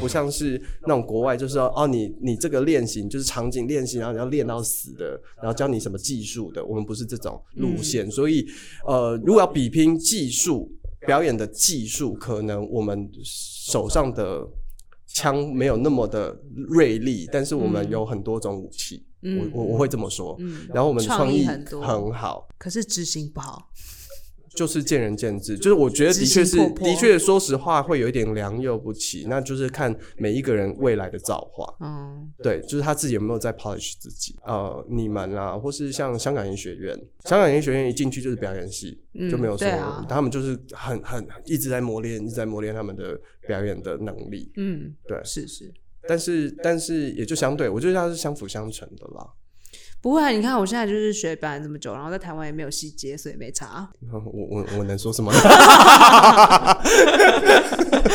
不像是那种国外就是说哦，你你这个练习就是场景练习，然后你要练到死的，然后教你什么技术的，我们不是这种路嗯线，所以呃，如果要比拼技术表演的技术，可能我们手上的枪没有那么的锐利，但是我们有很多种武器，嗯我我我会这么说，嗯，然后我们创创意意很多很好。可是执行不好，就是见仁见智，就是我觉得的确是知心破破的确，说实话会有一点良莠不齐，那就是看每一个人未来的造化。嗯对，就是他自己有没有在 polish 自己。呃，你们啦、或是像香港演艺学院，香港演艺学院一进去就是表演系，嗯就没有说、对啊他们就是很很一直在磨练，一直在磨练他们的表演的能力。嗯，对是是。但是但是也就相对，我觉得它是相辅相成的啦。 不会啊，你看我现在就是学表演这么久，然后在台湾也没有细节，所以没差， 我我我能说什么？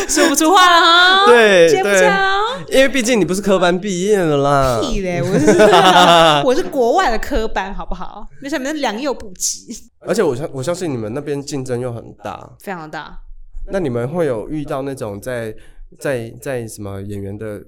说不出话了哈。对哦接不对下哦因为毕竟你不是科班毕业的啦。屁嘞！我是 我是国外的科班，好不好？没想到良莠不齐，而且我相我相信你们那边竞争又很大，非常大。那你们会有遇到那种在在在什么演员的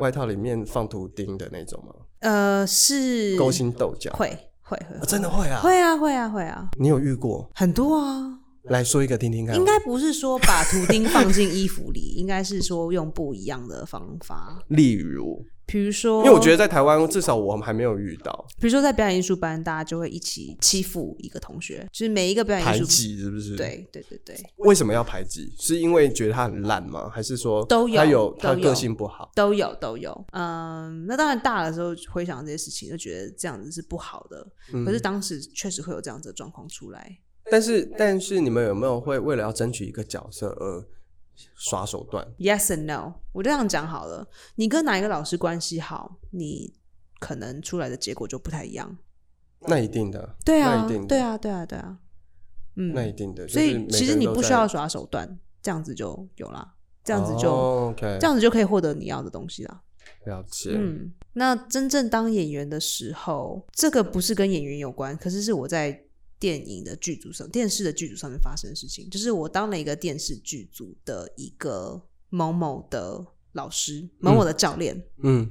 外套里面放图钉的那种吗？呃，是勾心斗角，会会会啊真的会啊！会啊会啊会啊，你有遇过？很多啊。来说一个听听看。应该不是说把图钉放进衣服里，应该是说用不一样的方法，例如，比如因说，为我觉得在台湾，至少我们还没有遇到比如说在表演艺术班，大家就会一起欺负一个同学，就是每一个表演排艺术，挤，是不是？。对对对对，为什么要排挤？是因为觉得他很烂吗？还是说都有他有他都有个性不好？都有都有。嗯，那当然大了之后回想这些事情，就觉得这样子是不好的。嗯可是当时确实会有这样子的状况出来。但是但是你们有没有会为了要争取一个角色而耍手段？ Yes and no，我就这样讲好了。你跟哪一个老师关系好，你可能出来的结果就不太一样。那一定的，对啊那一定，的，对啊，对啊，对啊。嗯，那一定的。就所是每以个其实人你都不需在要耍手段，这样子就有啦，这样子就、哦 OK，这样子就可以获得你要的东西啦。了解。嗯，那真正当演员的时候，这个不是跟演员有关，可是是我在电影的剧组上、电视的剧组上面发生的事情，就是我当了一个电视剧组的一个某某的老师、某某的教练，嗯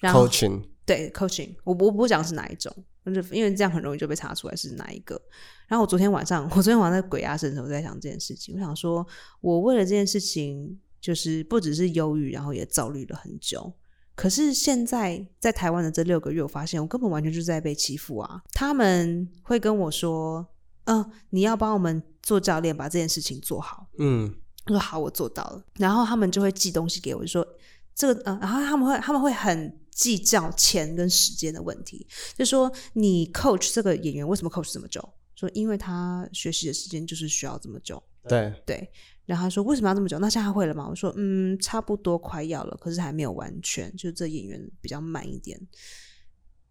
然后，coaching 对 coaching，我不我不讲是哪一种，就是因为这样很容易就被查出来是哪一个。然后我昨天晚上， 我昨天晚上在鬼压身的时候在想这件事情，我想说，我为了这件事情，就是不只是忧郁，然后也焦虑了很久。可是现在在台湾的这六个月，我发现我根本完全就是在被欺负啊！他们会跟我说：“嗯、你要帮我们做教练，把这件事情做好。”嗯，我说好，我做到了。然后他们就会寄东西给我，就说这个，嗯、然后他们会他们会很计较钱跟时间的问题，就说你 coach 这个演员为什么 coach 这么久？说因为他学习的时间就是需要这么久，对，对。然后他说为什么要这么久？那现在会了吗？我说嗯，差不多快要了，可是还没有完全，就是这演员比较慢一点。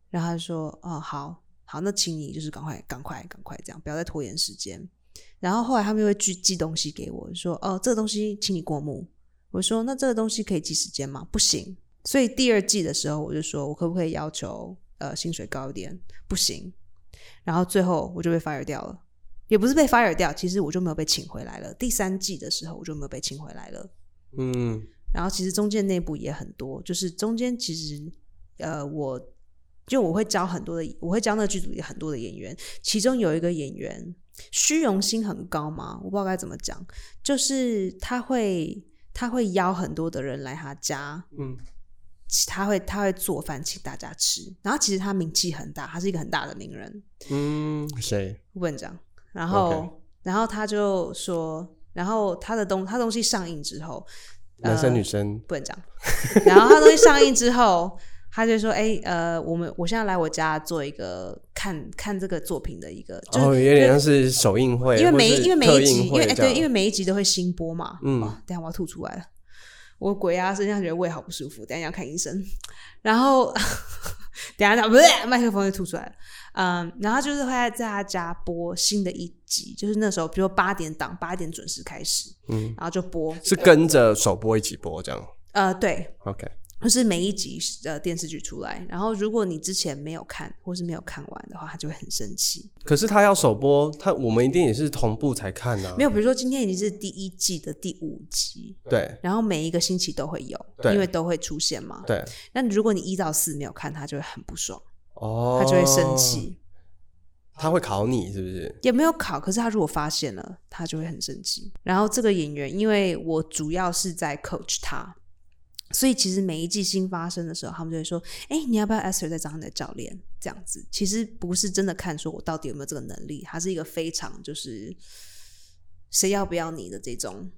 然后他说哦，好好，那请你就是赶快赶快赶快这样，不要再拖延时间。然后后来他们又会寄寄东西给我，说哦，这个东西请你过目。我说那这个东西可以记时间吗？不行。所以第二季的时候，我就说我可不可以要求呃薪水高一点？不行。然后最后我就被 fire 掉了，也不是被 fire 掉，其实我就没有被请回来了。第三季的时候我就没有被请回来了。嗯然后其实中间内部也很多，就是中间其实呃，我就我会教很多的，我会教那个剧组里很多的演员，其中有一个演员虚荣心很高嘛，我不知道该怎么讲，就是他会他会邀很多的人来他家。嗯，他会他会做饭请大家吃，然后其实他名气很大，他是一个很大的名人，嗯，谁？问长，然后 OK 然后他就说，然后他的东他东西上映之后，男呃生女生？不 能讲。然后他东西上映之后，他就说：“哎、呃，我们我现在来我家做一个看看这个作品的一个，就是、哦，有点像是首映会，因为每或是因为每特一集，映因会为、哎这样对，因为每一集都会新播嘛。嗯哦，等一下我要吐出来了，我鬼压身，现在觉得胃好不舒服，等一下要看医生。然后等一下不是麦克风就吐出来了。”嗯，然后就是会在他家播新的一集，就是那时候，比如八点档，八点准时开始，嗯，然后就播，是跟着首播一起播这样。呃，对， OK，就是每一集呃电视剧出来，然后如果你之前没有看或是没有看完的话，他就会很生气。可是他要首播，他我们一定也是同步才看啊。没有，比如说今天已经是第一季的第五集，对然后每一个星期都会有，对因为都会出现嘛。对那如果你一到四没有看，他就会很不爽，哦，他就会生，气。他会考你是不是？也没有考，可是他如果发现了，他就会很生气。然后这个演员，因为我主要是在 coach 他，所以其实每一季新发生的时候，他们就会说：“哎、你要不要 Esther 再找你的教练？”这样子，其实不是真的看说我到底有没有这个能力，它是一个非常就是谁要不要你的这种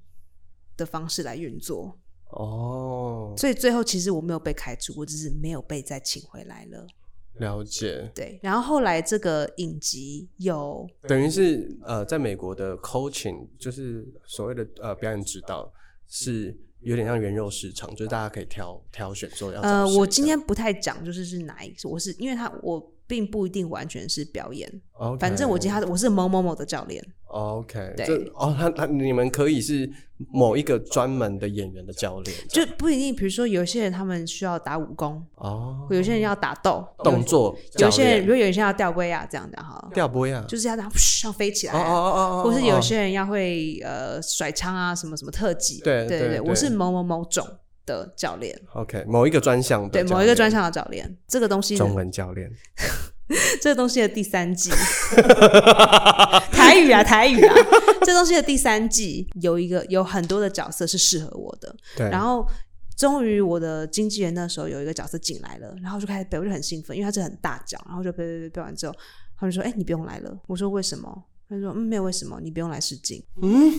的方式来运作。哦，所以最后其实我没有被开除，我只是没有被再请回来了。了解，对，然后后来这个影集有等于是呃，在美国的 coaching 就是所谓的呃表演指导是。有点像原肉市场，就是大家可以挑挑选说要找呃，我谁今这样天不太讲，就是是哪一个，我是因为他我并不一定完全是表演， OK 反正我记得他我是某某某的教练， OK，对这哦，他他你们可以是某一个专门的演员的教练，就不一定，比如说有些人他们需要打武功，哦，有些人要打斗，动作有，有教些人练如果有些人要吊威亚啊这样的哈，吊波呀，就是要让像飞起来哦哦啊。哦哦哦，或是有哦些人要会呃甩枪啊，什么什么特技，对对对对，对我是某某某种的教练， OK 某一个专项的对教某一个练专项的教练，这个东西中文教练， 这东西的第 三季，台语啊，台语啊，这东西的第三季有一个有很多的角色是适合我的，对，然后。终于，我的经纪人那时候有一个角色进来了，然后就开始背，我就很兴奋，因为他是很大脚，然后就背背背背完之后，他们说：“哎、你不用来了。”我说：“为什么？”他就说：“嗯，没有为什么，你不用来试镜。嗯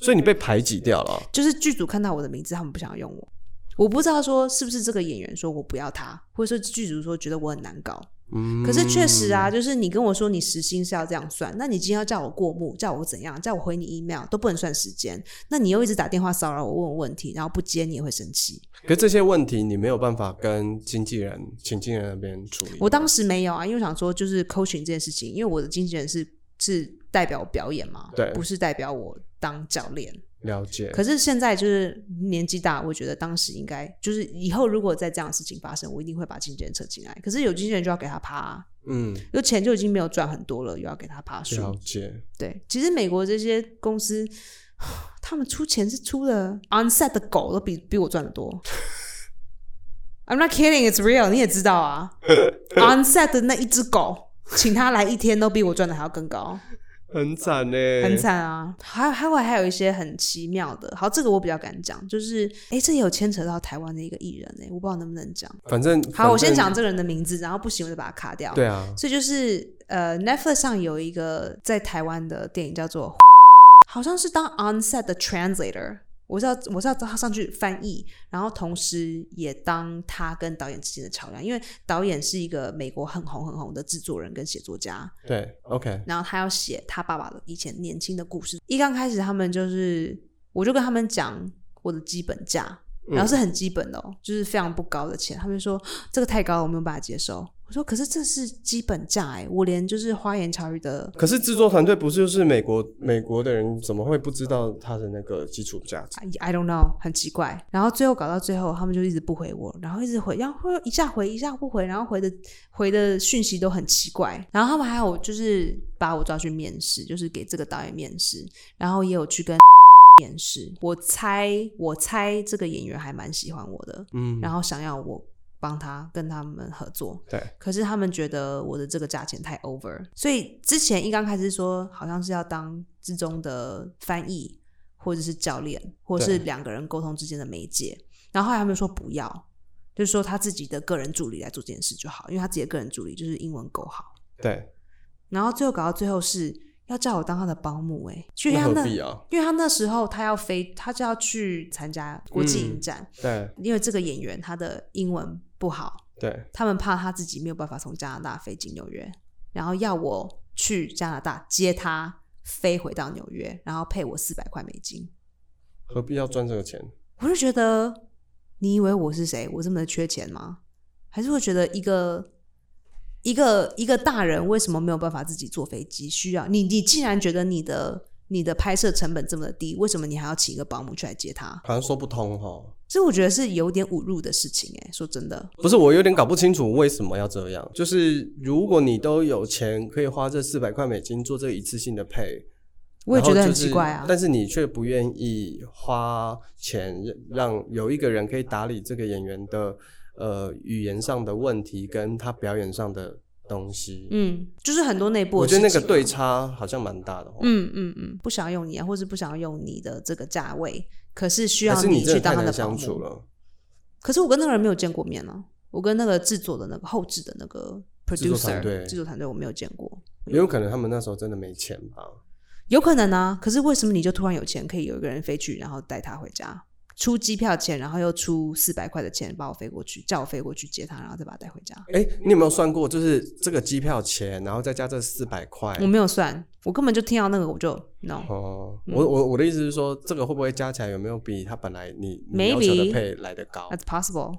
所以你被排挤掉了”就是剧组看到我的名字，他们不想要用我。我不知道说是不是这个演员说我不要他，或者说剧组说觉得我很难搞，嗯，可是确实啊，就是你跟我说你时薪是要这样算，那你今天要叫我过目，叫我怎样，叫我回你 email 都不能算时间，那你又一直打电话骚扰我问我问题，然后不接你也会生气。可是这些问题你没有办法跟经纪人、请经纪人那边处理，我当时没有啊，因为我想说就是 coaching 这件事情，因为我的经纪人是是代表我表演嘛，对不是代表我当教练。了解，可是现在就是年纪大，我觉得当时应该就是以后如果再这样的事情发生，我一定会把经纪人扯进来。可是有经纪人就要给他趴、啊，嗯，有钱就已经没有赚很多了，又要给他趴数。了解，对，其实美国这些公司， 他们出钱是出的 onset 的狗都比比我赚的多。I'm not kidding, it's real。你也知 道啊，onset 的那一只狗，请他来一天都比我赚的还要更高， 很惨欸呢，很惨啊。还有还有还有一些很奇妙的，好，这个我比较敢讲，就是哎，这也有牵扯到台湾的一个艺人哎、我不知道能不能讲。反正好，我先，讲反这个人的名字，然后不行我就把它卡掉。正对啊，所以就是呃，Netflix 上有一个在台湾的电影叫做，好像是当 onset 的 translator，我是要我是要他上去翻译，然后同时也当他跟导演之间的桥梁，因为导演是一个美国很红很红的制作人跟写作家，对，OK，然后他要写他爸爸的以前年轻的故事。一刚开始他们就是，我就跟他们讲我的基本价，嗯然后是很基本的哦，就是非常不高的钱。他们就说这个太高了，我没有办法接受。我说可是这是基本价哎、我连就是花言巧语的。可是制作团队不是就是美国美国的人，怎么会不知道他的那个基础价值？ I- I don't know，很奇怪。然后最后搞到最后，他们就一直不回我，然后一直回，然后会一下回一下不回，然后回的回的讯息都很奇怪。然后他们还有就是把我抓去面试，就是给这个导演面试，然后也有去跟 面试。我猜，我猜这个演员还蛮喜欢我的，嗯，然后想要我帮他跟他们合作。对，可是他们觉得我的这个价钱太 over，所以之前一刚开始说好像是要当之中的翻译，或者是教练，或者是对两个人沟通之间的媒介。然后后来他们说不要，就是说他自己的个人助理来做这件事就好，因为他自己的个人助理就是英文够好。对，然后最后搞到最后是要叫我当他的保姆、欸，哎，去那他何那必。啊？因为他那时候他要飞，他就要去参加国际嗯影展，对因为这个演员他的英文不好，对，他们怕他自己没有办法从加拿大飞进纽约，然后要我去加拿大接他飞回到纽约，然后配我四百块美金。何必要赚这个钱？我就觉得，你以为我是谁？我这么缺钱吗？还是会觉得一个一个一个大人为什么没有办法自己坐飞机？需要你，你竟然觉得你的你的拍摄成本这么的低，为什么你还要请一个保姆去来接他？好像说不通哈。这我觉得是有点侮辱的事情哎、说真的，不是，我有点搞不清楚为什么要这样。就是如果你都有钱，可以花这四百块美金做这一次性的配，我也觉得然后很就是奇怪啊。但是你却不愿意花钱让有一个人可以打理这个演员的呃语言上的问题，跟他表演上的东西。嗯，就是很多内部我的觉事得情啊、那个对差好像蛮大的、哦。嗯嗯嗯，不想用你啊，或是不想用你的这个价位，可是需还要是你真去的太当他难的保相处姆。了。可是我跟那个人没有见过面啊，我跟那个制作的那个后置的那个制作团 producer 队制作团队我没有见过，也有可能他们那时候真的没钱吧，有可能啊。可是为什么你就突然有钱，可以有一个人飞去，然后带他回家，出机票钱，然后又出四百块的钱把我飞过去，叫我飞过去接他，然后再把他带回家？哎、你有没有算过，就是这个机票钱，然后再加这四百块？我没有算，我根本就听到那个我就 no。哦，嗯我我我的意思是说，这个会不会加起来有没有比他本来你你要求 Maybe 呃的配来的高？ That's possible。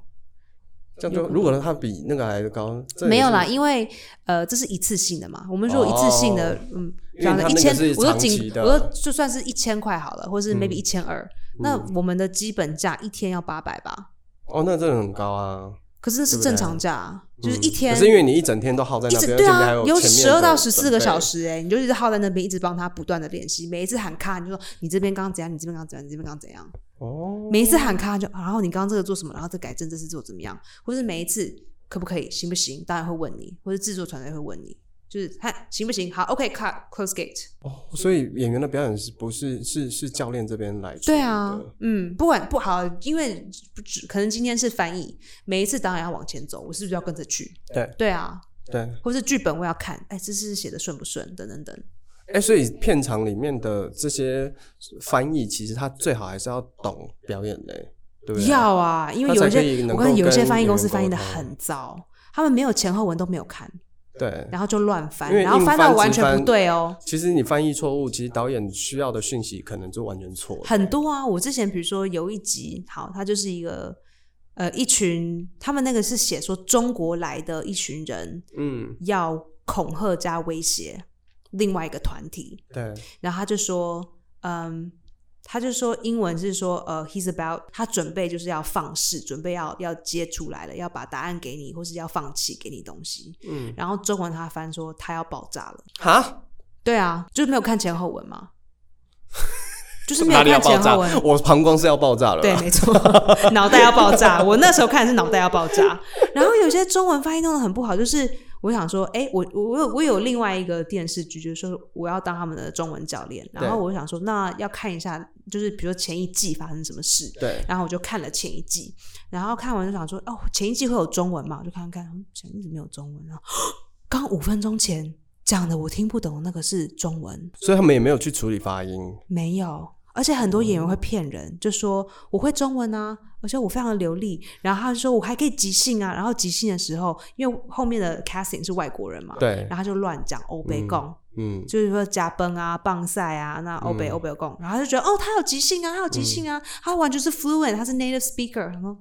这样就如果他比那个来的高，这也是没有啦，，因为呃，这是一次性的嘛。我们如果一次性的，哦嗯，因为讲它那一个千是，我就长期仅，的嗯我就就算是一千块好了，或是 maybe 一千二，那我们的基本价一天要八百吧？哦，那真的很高啊，可是那是对不对正常价啊，就是嗯一天可是因为你一整天都耗在一那直边，对而且你还啊，有前面十的二到十四准个备小，时哎、你就一直耗在那边，一直帮他不断的练习，每一次喊卡你就说你这边刚刚怎样，你这边刚刚怎样，你这边刚刚怎样，哦，每一次喊卡就，然后你刚刚这个做什么，然后再改正这次做怎么样，或是每一次可不可以，行不行？当然会问你，或是制作团队会问你，就是看行不行？好，OK，cut、close gate。哦所以演员的表演是不是是是教练这边来？对啊，，嗯，不管不好，因为不只可能今天是翻译，每一次当然要往前走，我是不是要跟着去？对对啊，对，或是剧本我要看，哎，这是写的顺不顺？等等等，哎、所以片场里面的这些翻译，其实他最好还是要懂表演嘞、对不对？要啊，因他为有才一可以些能我够跟有一些跟翻译演公员司翻译沟的通很糟，他们没有前后文都没有看，对。然后就乱翻因，为然后硬翻翻到直完全不翻对哦。其实你翻译错误，其实导演需要的讯息可能就完全错了。很多啊，我之前比如说有一集，好，他就是一个呃一群，他们那个是写说中国来的一群人嗯，要恐吓加威胁另外一个团体，对，然后他就说，嗯，他就说英文是说呃，he's about，他准备就是要放肆，准备要要接出来了，要把答案给你，或是要放弃给你东西，嗯，然后中文他翻说他要爆炸了。哈，对啊，就是没有看前后文 嘛，就是这没有哪里要看爆前炸后文。？我膀胱是要爆炸了。对，，没错， 脑袋要爆炸。我那时候看是脑袋要爆炸，然后有些中文翻译弄得很不好，就是我想说，哎、我我我有我有另外一个电视剧，就是说我要当他们的中文教练，然后对我想说，那要看一下，就是比如说前一季发生什么事。对，然后我就看了前一季，然后看完就想说，哦，前一季会有中文嘛？我就看看，嗯前一季没有中文啊。 刚五分钟前讲的我听不懂的那个是中文，所以他们也没有去处理发音。没有，而且很多演员哦会骗人，就说我会中文啊，而且我非常的流利，然后他就说我还可以即兴啊，然后即兴的时候，因为后面的 casting 是外国人嘛，对然后他就乱讲欧北贡。嗯，就是说加崩啊、棒赛啊，那欧北嗯欧北贡，然后他就觉得哦，他有即兴啊，他有即兴啊，他完全是 fluent，他是 native speaker。然后，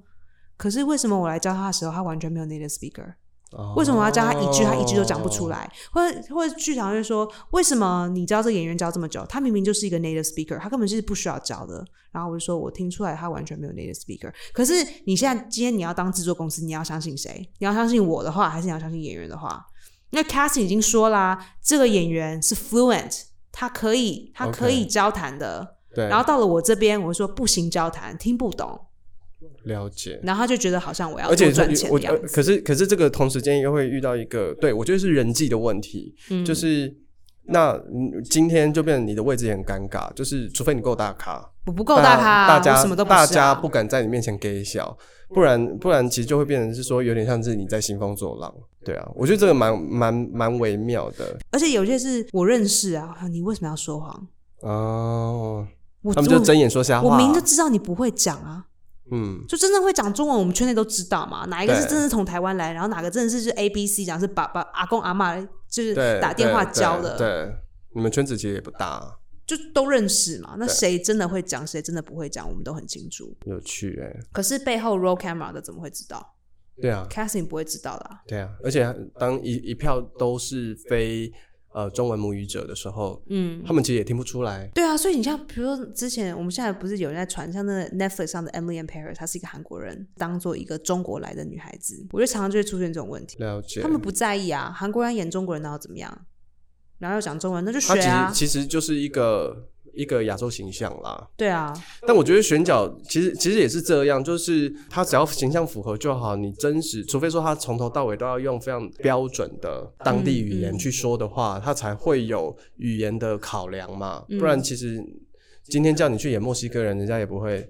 可是为什么我来教他的时候，他完全没有 native speaker？为什么我要教他一句，他一句都讲不出哦。来？或者或者剧场会说，为什么你教这个演员教这么久？他明明就是一个 native speaker，他根本就是不需要教的。然后我就说，我听出来他完全没有 native speaker。可是你现在今天你要当制作公司，你要相信谁？你要相信我的话，还是你要相信演员的话？那 casting 已经说啦、这个演员是 fluent，他可以他可以交谈的。对，然后到了我这边，我说不行，交谈听不懂，了解。然后他就觉得好像我要而且多他赚钱我呃的样子。可是可是这个同时间又会遇到一个，对我觉得是人际的问题，嗯就是那嗯今天就变成你的位置也很尴尬，就是除非你够大咖，我不够大咖、啊，大家我什么都不是、大啊、家不敢在你面前给笑，不然不然其实就会变成是说有点像是你在兴风作浪，对啊，我觉得这个蛮蛮蛮微妙的而且有些是我认识啊，啊你为什么要说谎？哦，我他们就睁眼说瞎我话，啊我明着知道你不会讲啊，嗯，就真正会讲中文，我们圈内都知道嘛。哪一个对是真的是从台湾来，然后哪个真的是就是 A B C 讲是爸爸阿公阿妈就是对，打电话对教的，对，你们圈子其实也不大，就都认识嘛。那对谁真的会讲，谁真的不会讲，我们都很清楚。有趣哎、可是背后 roll camera 的怎么会知道对啊， ？casting 不会知道的啊、对啊，而且当一一票都是非呃中文母语者的时候，嗯，他们其实也听不出来。对啊，所以你像比如说之前我们现在不是有人在传，像那个 Netflix 上的 Emily and Paris，她是一个韩国人，当做一个中国来的女孩子，我觉得常常就会出现这种问题。了解他，们不在意啊，韩国人演中国人，然后怎么样？然后又讲中文，那就学它其啊实，其实就是一个一个亚洲形象啦。对啊，但我觉得选角其实其实也是这样，就是他只要形象符合就好。你真实，除非说他从头到尾都要用非常标准的当地语嗯言嗯去说的话，他才会有语言的考量嘛。嗯不然其实今天叫你去演墨西哥人，人家也不会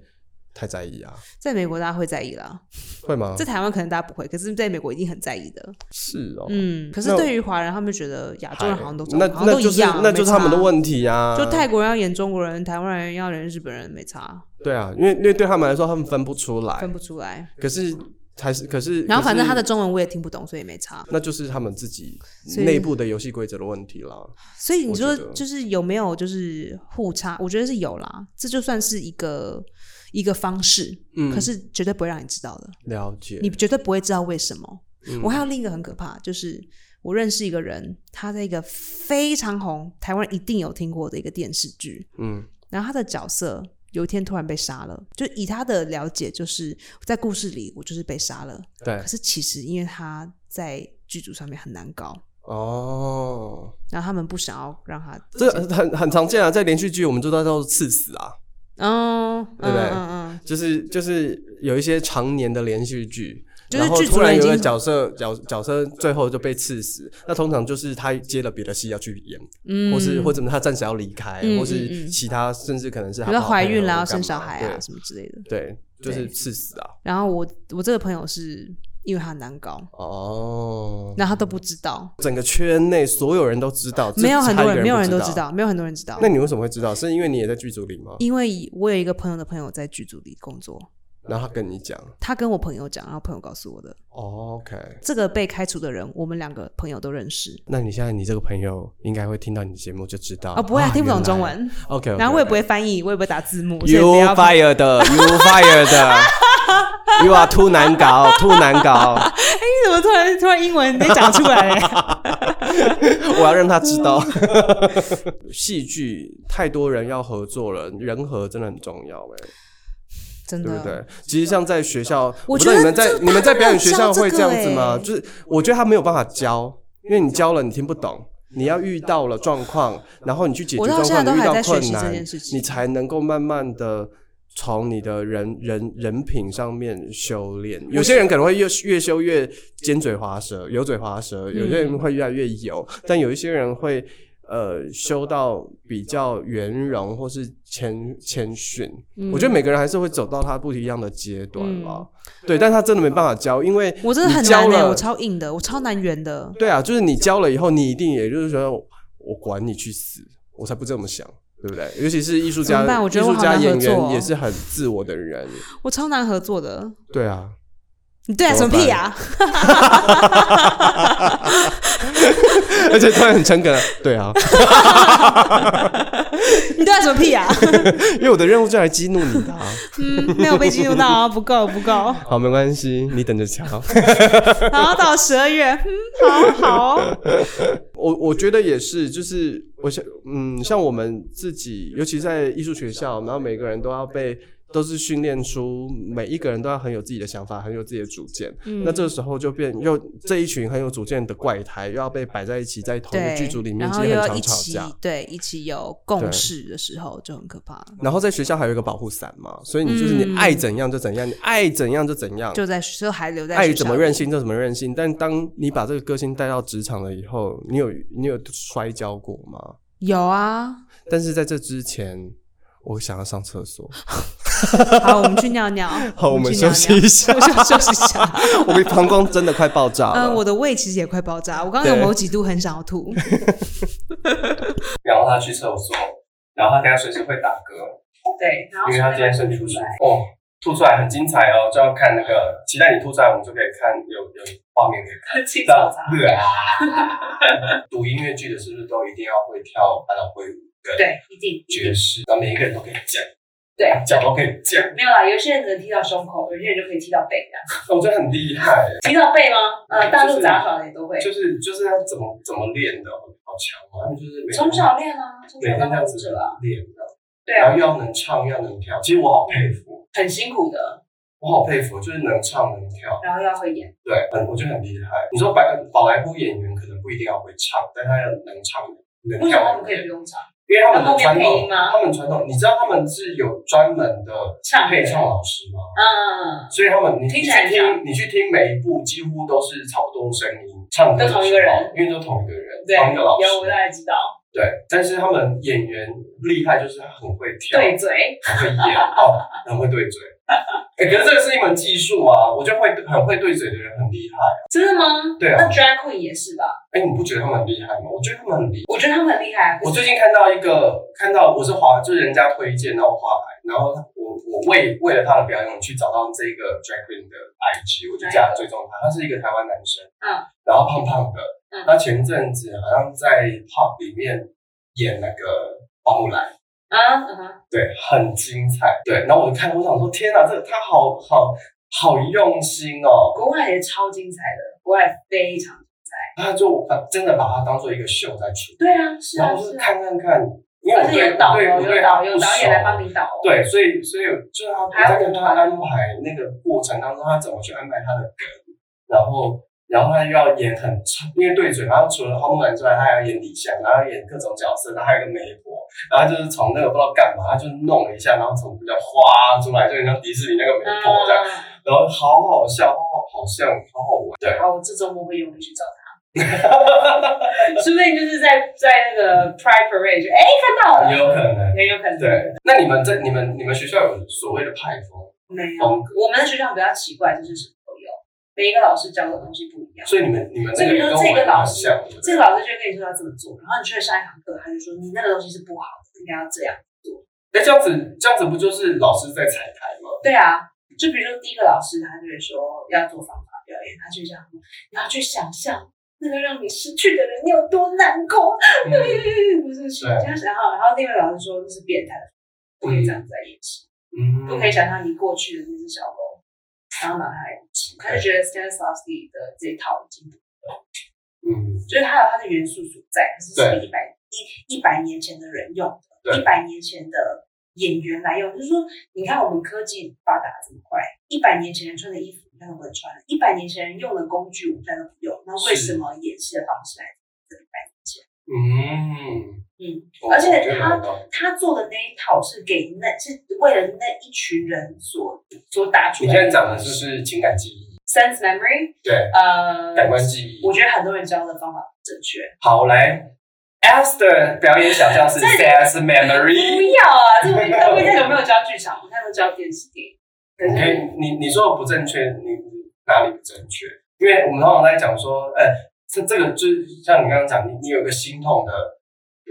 太在意啊，在美国大家会在意啦，会吗在？台湾可能大家不会，可是在美国一定很在意的。是哦，嗯，可是那对于华人，他们觉得亚洲人好像都那好像都那就是一样，那就是他们的题。问题啊。就泰国人要演中国人，台湾人要演日本人，没差，对啊，因为因为对他们来说，他们分不出来分。不出来。可是还是可是，然后反正可他是的中文我也听不懂，所以没差。那就是他们自己所以内部的游戏规则的问题啦。所以你我说觉得就是有没有就是互差？我觉得是有啦，这就算是一个一个方式，嗯可是绝对不会让你知道的，了解，你绝对不会知道为什么。嗯我还有另一个很可怕，就是我认识一个人，他在一个非常红，台湾一定有听过的一个电视剧，嗯然后他的角色有一天突然被杀了，就以他的了解，就是在故事里我就是被杀了，对可是其实因为他在剧组上面很难搞，哦，然后他们不想要让他，这很很常见啊，在连续剧我们就叫做刺死啊，嗯，对不对嗯嗯嗯，就是就是有一些常年的连续剧。就是然后剧组突然人已有个经角色角角色最后就被刺死，那通常就是他接了别的戏要去演，嗯或是或者他暂时要离开，嗯或嗯是嗯其他甚至可能是比他如说不好怀孕配合啦，或要干生小嘛孩啊什么之类的。对对，就对是刺死啊，然后我我这个朋友是因为他难搞，哦，然后他都不知道，整个圈内所有人都知道，没有只很多差一人，个没有人不都知。道，没有很多人知道那。你为什么会知道？是因为你也在剧组里吗？因为我有一个朋友的朋友在剧组里工作，然后他跟你讲他跟我朋友讲，然后朋友告诉我的。哦，OK。这个被开除的人，我们两个朋友都认识那你现在你这个朋友应该会听到你的节目就知道啊、不会啊，听不懂中。原来文， OK，, o k 然后我也不会翻译，我也不会打字幕，所以 You 不要 fired, you fired. you are too 难搞，too 难搞。 你怎么突然突然英文没讲出 来、欸？我要让他知道， 戏剧太多人要合作了，人和真的很重要哎、真的，对不对？其实像在学校，我我不觉知道你得们在这你们在表演学校大家没有会这教这个样子吗？欸就是我觉得他没有办法教，因为你教了你听不懂，你要遇到了状况，然后你去解决我到状现况，在都你遇还在到学习困这件难事，情你才能够慢慢的。从你的人人人品上面修炼，有些人可能会越越修越尖嘴滑舌、油嘴滑舌，有些嗯人会越来越油，但有一些人会呃修到比较圆融或是谦谦逊，嗯我觉得每个人还是会走到他不一样的阶段啦。对，但他真的没办法教，因为我真的你很教难、欸，了，我超硬的，我超难圆的。对啊，就是你教了以后，你一定也就是说，我管你去死，我才不这么想。对不对？尤其是艺术怎家么办，我觉艺得我术好家难合演作哦员也是很自我的人。我超难合作的。对啊， 你对啊，什怎么么屁啊？而且突然很诚恳。对啊， 你对啊，什么 屁啊？因为我的任务就来激怒你的、啊。嗯，没有被激怒到 啊，不够不够。好，没关系，你等着瞧。然后到十二月，嗯，好 好。我我觉得也是，就是我想，嗯，像我们自己，尤其在艺术学校，然后每个人都要被，都是训练出每一个人都要很有自己的想法，很有自己的主见。嗯那这时候就变又这一群很有主见的怪胎，又要被摆在一起，在同一个对，剧组里面，然其后实又很要一常吵起架。对一起有共识的时候就很可怕，然后在学校还有一个保护伞嘛，所以你就是你爱怎样就怎样，你爱怎样就怎样，嗯就在就还留在爱学怎校么里任性就怎么任性。但当你把这个个性带到职场了以后，你有你有摔跤过吗？有啊。但是在这之前，我想要上厕 所。好，我们去尿尿。 好，我们去休尿息尿。一下 我。休休息一下。我们膀胱真的快爆炸了。嗯，我的胃其实也快爆炸，我刚刚有对某几度很想要吐。然后他去厕所，然后他等下随时会打嗝，对，然后因为他今天身体不舒服。哦，吐出来很精彩哦，就要看那个，期待你吐出来，我们就可以看有有画面可以看。 很清到早茶，啊！ 读音乐剧的是不是都一定要会跳百老汇舞跟对，一定，一定爵士？那每一个人都可以讲。对，脚都可以这样，没有啦，有些人只能踢到胸口，有些人就可以踢到背这样。我觉得哦很厉害。踢到背吗？呃，大嗯就陆是杂耍的也都会，就是就是他怎么怎么练的，好强啊！他们就是每天从小练啊，从每小天这当样舞子者啊，练的，对然啊后，又要能唱又要能跳，其实我好佩服，很辛苦的，我好佩服，就是能唱能跳。然后又要会演，对，很我觉得很厉害。你说白宝莱坞演员可能不一定要会唱，但他要能唱 能为什么他跳们可以不用唱？因为他们的传他们不配统，音吗他们传统，你知道他们是有专门的唱配唱老师吗？嗯，所以他们你你听去起来很像听你去听每一部几乎都是差不多声音唱歌的都同一时个候人因为都同一个人，对，同一个老有我大师。概知道，对，但是他们演员厉害就是他很会跳，对嘴，很会演哦，很会对嘴。 哎、可是这个是一门技术啊，我觉得会很会对嘴的人很厉害。真的吗？对啊那 drag queen 也是吧？哎、你不觉得他们很厉害吗？我觉得他们很厉害。我觉得他们很厉害啊，我可是最近看到一个，看到我是华，就是人家推荐，然后我华来，然后我我为为了他的表演，我去找到这个 drag queen 的 IG，我就加追踪他。他是一个台湾男生，嗯，然后胖胖的，嗯他前阵子好像在 pop 里面演那个花木兰，啊，嗯哼，对，很精彩，对。然后我就看，我想说，天哪，这个他好好好用心哦，国外也超精彩的，国外非常，他就把真的把它当做一个秀在处理，对啊，是然后啊，就是是啊，看看看，因为而我且对有导对游，我对有他导不游，有导演来熟帮你导哦，对，所以所以就是他我还要在跟舞他团安排那个过程当中，他怎么去安排他的梗，然后然后他又要演很长，因为对嘴，然后除了花木兰之外，他还要演李湘，然后演各种角色，然后还有一个媒婆，然后就是从那个不知道干嘛，他就弄了一下，然后从比较花出来，就很像迪士尼那个媒婆这样，啊，然后好好笑，好好笑，好好玩，对，好，我这周末会用力去找他。 说不定就是在在那个 Pride Parade，就哎、看到也了，有可能。很有可能。对，那你们在你们你们学校有所谓的派风，没有，我们的学校比较奇怪，就是什么都有，每一个老师教的东西不一样。所以你们你们所那个以比如跟我说这们个很老师像，，这个老师就会跟你说要这么做，然后你去了下一堂课，他就说你那个东西是不好的，应该要这样。哎，这样子，这样子不就是老师在彩排吗？对啊，就比如说第一个老师，他就会说要做方法表演，他就讲说你要去想象那个让你失去的人你有多难过，嗯， 不是说这样想好。然后另外一个老师说这是变态，不可以这样子在演戏，嗯不可以想象你过去的那只小狗，然后把它来骑，他就觉得 Stanislavski 的这一套已经不嗯，就是它有它的元素所在，可是是对一百一一百年前的人用的，对一百年前的演员来用，就是说，你看我们科技发达这么快，一百年前人穿的衣服我们现在都不能穿，一百年前人用的工具我们现在都不用，那为什么演戏的方式来这一百年前？嗯，嗯，我而且我觉得他有道理他做的那一套是给那是为了那一群人所所打出你来。现在讲的就是情感记忆， sense memory，对，呃，感官记忆。我觉得很多人教的方法不正确。好来，Esther 表演想象是 Sense 不 Memory。要啊！这个他们现在有没有教剧场？我看都教电视电影。可你可以是，你你说的不正确，你你哪里不正确？因为我们通常在讲说，呃，这这个就是像你刚刚讲，你你有一个心痛的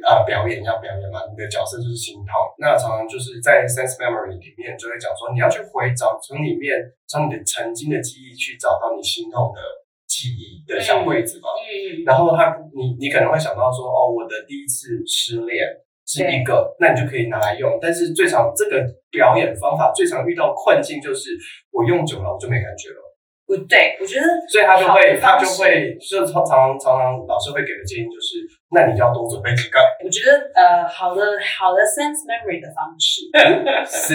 呃表演要表演嘛，你的角色就是心痛。那常常就是在 sense memory 里面就会讲说，你要去回找从里面从你的曾经的记忆去找到你心痛的记忆的小柜子嘛。嗯，然后他你你可能会想到说，哦，我的第一次失恋是一个，那你就可以拿来用。但是最常这个表演方法最常遇到困境就是，我用久了我就没感觉了，我对我觉得所以他就会好他的方就式会就常常常常老师会给的建议就是，那你就要多准备几个。我觉得呃，好的好的 sense memory 的方式，四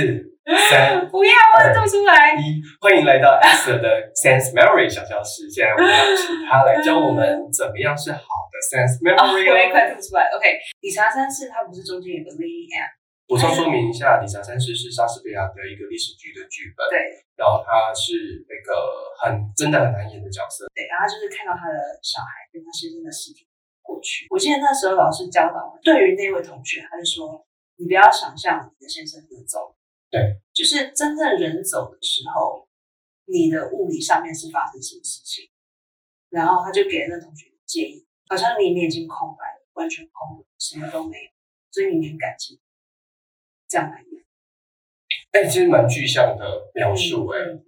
三不要啊，做出来。一，欢迎来到 S 的 Sense Memory 小教室。现在我们要请他来教我们怎么样是好的 Sense 啊，我 Memory 也哦。快吐出来。OK，理查三世他不是中间有个 Lady Anne，补充说明一下，《理查三世》是莎士比亚的一个历史剧的剧本。对然后他是那个很真的很难演的角色，对，然后他就是看到他的小孩跟他先生的尸体过去。我记得那时候老师教导我，对于那位同学，他就说你不要想象你的先生怎么走，对，就是真正人走的时候，你的物理上面是发生什么事情，然后他就给那同学建议，好像里面已经空白了，完全空了，什么都没有，所以你连感情这样来演哎、其实蛮具象的描述哎、嗯嗯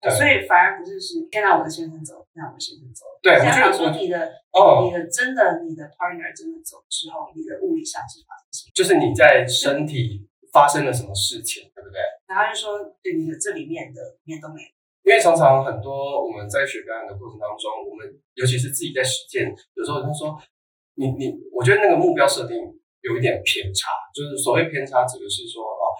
对所以反而不是是看到我的先生走，看到我的先生走，对这我觉样得说我你的你哦，的真的你的 partner 真的走之后，你的物理上是发生什么？就是你在身体发生了什么事情，对不对？然后就说对你的这里面的里面都没有。因为常常很多我们在学表演的过程当中，我们尤其是自己在实践，有时候他说你你，我觉得那个目标设定有一点偏差，就是所谓偏差指的是说哦，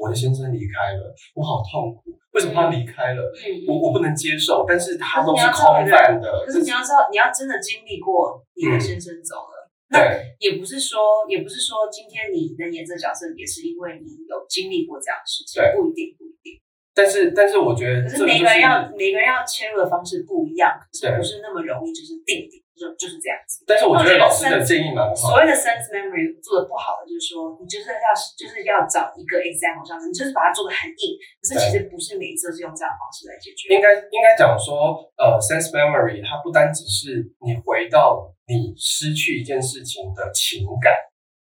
我的先生离开了，我好痛苦，为什么他离开了？我嗯，我不能接受，但是他都是空泛的，可是你要知道，你要真的经历过你的先生走了，对也不是说，也不是说今天你能演这个角色，也是因为你有经历过这样的事情，对不一定，不一定。但是但是我觉得可这是个每就个人要是，每个人要切入的方式不一样，可是对不是那么容易就是定定，就就是这样子。但是我觉得老师那我觉的得建议蛮好所的，谓的 sense memory 做的不好的，就是说你就是要就是要找一个 example 上，你就是把它做的很硬，可是其实不是每一次都是用这样的方式来解应决。该应该讲说，呃，sense memory 它不单只是你回到你失去一件事情的情感，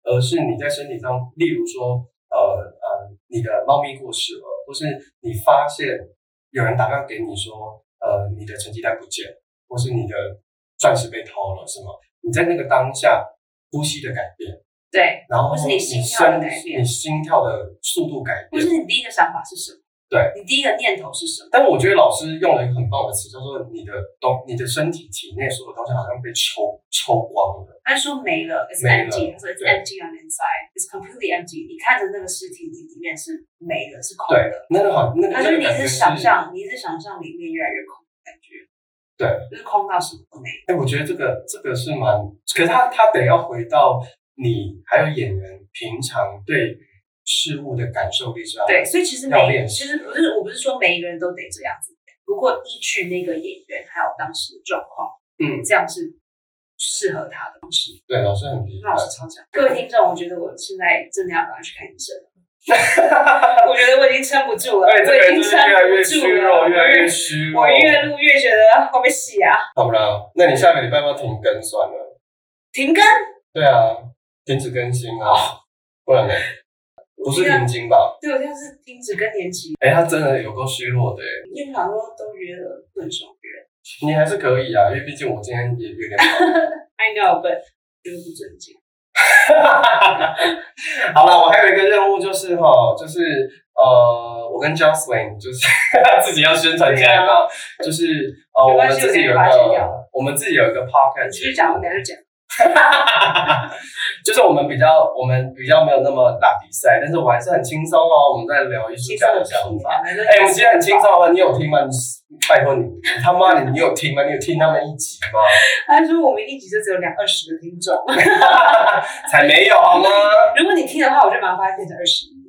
而是你在身体上，例如说，呃呃，你的猫咪过世了，或是你发现有人打电话给你说，呃，你的成绩单不见，或是你的钻石被偷了，什么？你在那个当下呼吸的改变，对，然后或是你你身心跳的改变你心跳的速度改不变是，你第一个想法是什么？对，你第一个念头是什么？但我觉得老师用了一个很棒的词，叫做你的东，你的身体体内所有东西好像被抽抽光了。他说没了，it's 没了 empty，他说 it's 对 empty on the inside，it's completely empty。你看着那个尸体，你里面是没了，是空对的。，那个好，那个那他说个你感一觉直是想象，你一直想象里面越来越空的感觉，对。就是空到什么都没哎，有。我觉得这个这个是蛮，可是他他得要回到你还有演员平常对事物的感受力上。对，所以其实要每练其习实不是我不是说每一个人都得这样子，不过依据那个演员还有当时的状况，嗯，这样是适合他的方式。对，老师很厉害那老。师超强，各位听众，我觉得我现在真的要赶快去看医生 了。我觉得我已经撑不住了，哎，这个我已人经就是撑越来越不虚住了，弱，越来越我虚弱。我越录越觉得会不会洗啊？好不啦，那你下个礼拜要不要停更算了。停更？对啊，停止更新啊，不然呢？不是停经吧？对，我现在是停止更年期，哎、他真的有够虚弱的、欸，因为想说都约了，不能爽约。你还是可以啊，因为毕竟我今天也有点忙。 I know, but 就是不尊敬。 好了，我还有一个任务就是哈，就是呃，我跟 Jocelyn 就是 自己要宣传起来嘛，就是呃，啊没我关们系自己有一我可以把它剪掉个，我们自己有一个 podcast，你继节续目讲，我等下就讲。就是我们比较我们比较没有那么打比赛，但是我还是很轻松哦，我们在聊艺术家的想法。啊哎、我们今天很轻松。啊，你有听吗？你拜托你， 你他妈的，你有听吗？你有听他们一集吗？他说我们一集就只有两二十个听众，才没有好吗？ 如果你听的话，我就把它发变成二十一。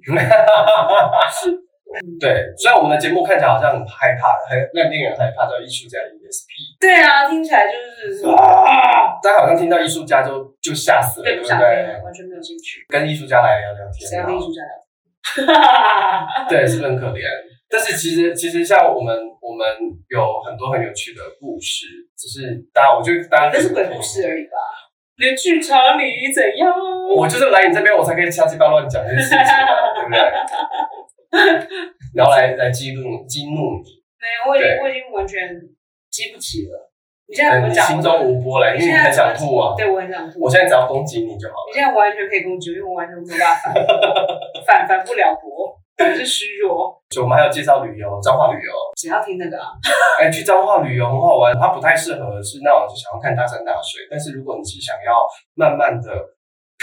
对，虽然我们的节目看起来好像很害怕，很让令人害怕的艺术家 ESP，对啊，听起 来就是啊，大家好像听到艺术家就就吓死了，对对不不想对听，？完全没有兴趣。跟艺术家来聊聊谁天要啊、跟艺术家 聊？对，是不是很可怜？但是其实其实像我们我们有很多很有趣的故事，只是大家我就大家那是鬼故事，而已吧？你的剧场里怎样？我就是来你这边我才可以瞎鸡巴乱讲这些事情、啊，对不对？然后来来激怒激怒你，没有，我已经对我已经完全激不起了。你现在哎怎么你讲？心中无波来，因为你很想吐啊。对，我很想吐。我现在只要攻击你就好了。你现在完全可以攻击，因为我完全没有办法反驳反反不了驳，我是虚弱。就我们还有介绍旅游，彰化旅游，只要听那个啊，哎、去彰化旅游很好玩。它不太适合是那种就想要看大山大水，但是如果你是想要慢慢的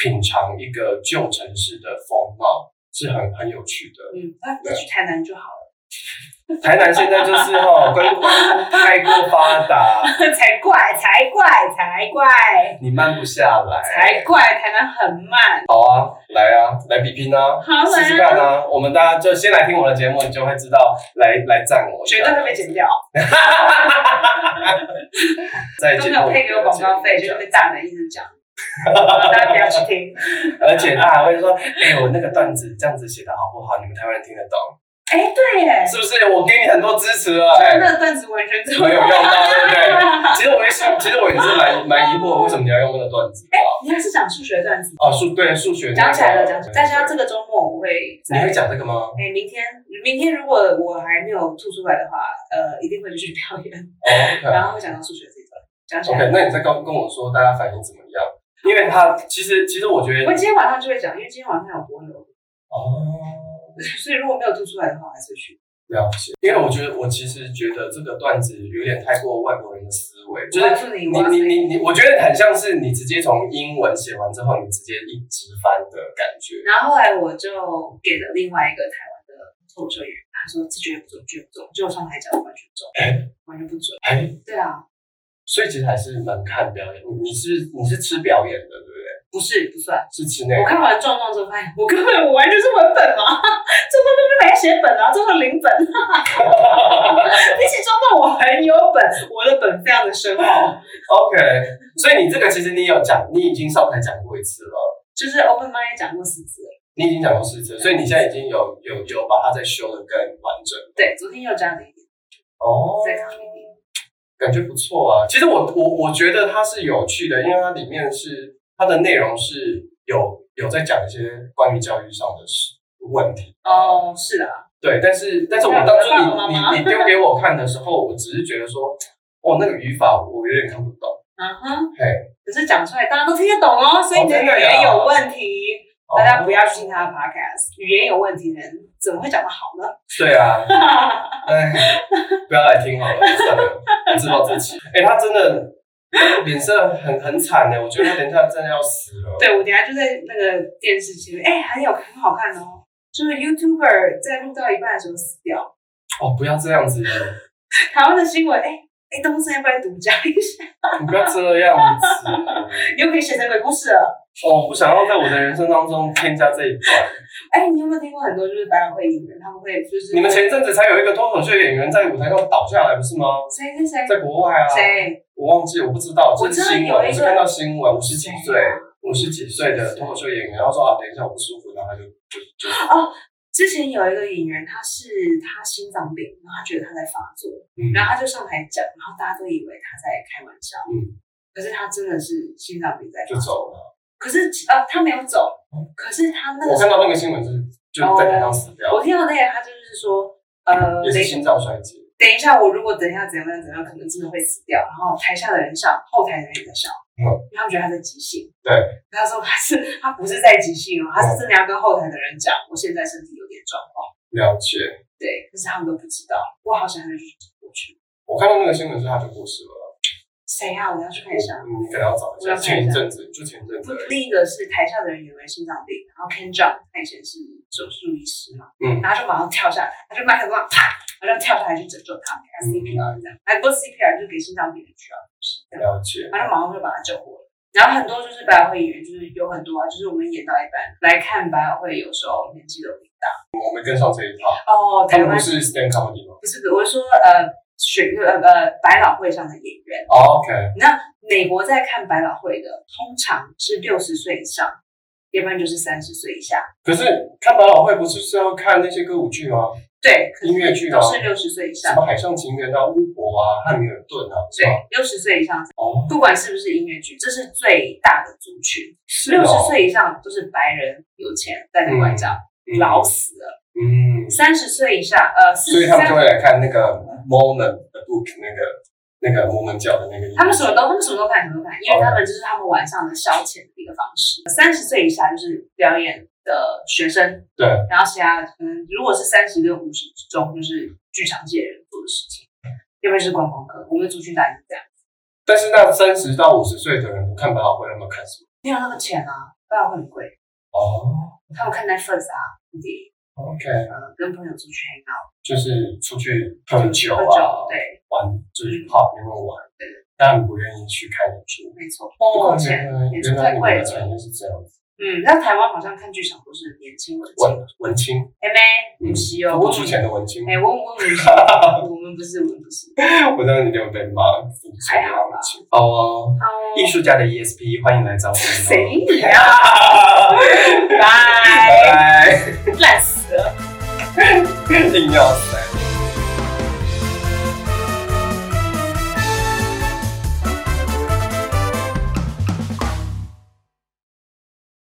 品尝一个旧城市的风貌，是很很有趣的。嗯，那那去台南就好了，台南现在就是 哈、哦，观光太过发达，才怪，才怪，才怪，你慢不下来。才怪！台南很慢，好啊，来啊，来比拼啊，好来啊试试看啊！我们大家就先来听我的节目，你就会知道，来来赞我一下，绝对会被剪掉，在都节没目有配给我广告费，就是被大男一 直讲，大家不要去听。而且他还会说：“哎、我那个段子这样子写的好不好？你们台湾人听得懂哎，对耶，是不是？我给你很多支持了、真哎，的段子完全没没有用到，对不对？其实我也是，其实我也是蛮蛮疑惑，为什么你要用那个段子啊？你还是讲数学段子，哦，数对数学那个哎讲起来了，讲起来。但是这个周末我会你在，会讲这个吗？哦哎，明天明天如果我还没有吐出来的话，呃，一定会去表演，哦，OK， 然后会讲到数学这一段，讲起 OK，来。那你再跟跟我说大家反应怎么样？因为他其实其实我觉得我今天晚上就会讲，因为今天晚上有国流，哦， 所以如果没有吐出来的话，我还是会去。了解。因为我觉得我其实觉得这个段子有点太过外国人的思维，就我告是诉你，哦你我告诉你你你，我觉得很像是你直接从英文写完之后，你直接一直翻的感觉。然后后来我就给了另外一个台湾的脱口秀演员，他说这绝对不准，绝对不准，结果上台讲完全中，哎完全不准。哎，对啊，所以其实还是蛮看表演。你你是你是吃表演的，对不对？不是不算。是吃那我个看完壮壮之后发现，我根本我完全是文本嘛，壮壮根本没写本啊，壮壮零本。比起壮壮，我很有本，我的本非常的深奥。 OK。所以你这个其实你有讲，你已经上台讲过一次了，就是 open mind 讲过四次了，你已经讲过四次，所以你现在已经有有有把它再修的更完整。对，昨天又加了一点，哦在咖啡厅。感觉不错啊。其实我我我觉得它是有趣的，因为它里面是它的内容是有有在讲一些关于教育上的事问题。哦，是啊，对，但是但是我当初你你你丢给我看的时候，我只是觉得说，哦，那个语法我有点看不懂。嗯哼，嘿，可是讲出来大家都听得懂哦，所以你的哦真语的呀言有问题，哦大家不要去听他的 podcast。语言有问题的人怎么会讲得好呢？对啊，哎，不要来听好了，算了，自暴自弃。哎、他真的脸色很很惨哎，我觉得他等一下真的要死了。对，我等一下就在那个电视前面，哎、很有很好看哦。就是 YouTuber 在录到一半的时候死掉，哦，不要这样子，台湾的新闻，哎、哎，东森要不要独家一下？ 你不要这样子。又可以写成鬼故事了。哦，我不想要在我的人生当中添加这一段。哎、你有没有听过很多就是百老汇演员，他们会就是你们前阵子才有一个脱口秀演员在舞台上倒下来，不是吗？谁谁谁在国外啊，谁我忘记，我不知道，我这是知道新有闻，一个我是看到新闻，五十几岁谁啊，五十几岁的脱口秀演员，然后说啊，等一下我不舒服，然后他就就就之前有一个演员，他是他心脏病，然后他觉得他在发作，嗯然后他就上台讲，然后大家都以为他在开玩笑，嗯可是他真的是心脏病在就发作。走了。可是呃，他没有走，可是他那我个看到那个新闻就是就在台上死掉，我听到那个，他就是说，呃，也等是一心脏衰竭。等一下，我如果等一下怎样怎样，可能真的会死掉。然后台下的人笑，后台的人也在笑，嗯因为他们觉得他在即兴。对，他说他是他不是在即兴哦，他是真的要跟后台的人讲，我现在身体有点状况。了解。对，可是他们都不知道。我好想他就过去。我看到那个新闻是他就过世了，谁啊？我要去看一下。嗯你可能要找一我下。要前看一下一阵子就前一阵子不而已，另一个是台下的人以为心脏病，然后 Ken John 他以前是手术医师嘛，嗯然后他就马上跳下来，他就麦克风啪，然后就跳下来去拯救他，给他嗯 CPR 这样，哎，不是 CPR 就是给心脏病人需要的东西这样了解。然后马上就把他救活了。然后很多就是百老汇演员，就是有很多啊，就是我们演到一半来看百老汇，有时候年纪都比大我们跟上这一套，哦。他台们湾不是 stand comedy 吗不是我是说呃选呃呃百老汇上的演员，哦？OK，那美国在看百老汇的通常是六十岁以上，要不然就是三十岁以下。可是看百老汇不是是要看那些歌舞剧吗？对，可是音乐剧啊都是六十岁以什上么。海上情缘啊、巫婆啊、汉密尔顿啊，是对吧？，六十岁以上，哦，不管是不是音乐剧，这是最大的族群。是六十哦岁以上都是白人有钱，戴着外罩，老死了。嗯，三十岁以下，呃，四所以十他们就会三，来看那个 Mormon 的 book，那个那个摩门教的那个音乐剧。他们什么都，他们什么都看，什么都看，因为他们就是他们晚上的消遣的一个方式。三十岁以下就是表演的学生，对，然后其他嗯，如果是三十跟五十中，就是剧场界人做的事情，要不然就是观光客。我们的族群大概是这样，但是那三十到五十岁的人不看百老汇，他们看什么？没有那个钱啊，不然会很贵。哦他们看 Netflix 啊，看电影， ，OK，呃，跟朋友出去 hang out，就是出去喝酒喝酒啊，，对，玩就是泡妞玩对，但不愿意去看演出。没错，不不过哦够啊原钱，来演原出来太你贵们的了。产业是这样子，嗯，那台湾好像看剧场都是年轻文青，文文青，嗯哎没，不是哦，付不出钱的文青。 哎、我我们不是，我们不是，我们不是。我知道你没有被骂，还好吧好哦，好啊艺术家的 E ESP，欢迎来找我们哦。谁呀、拜 拜拜。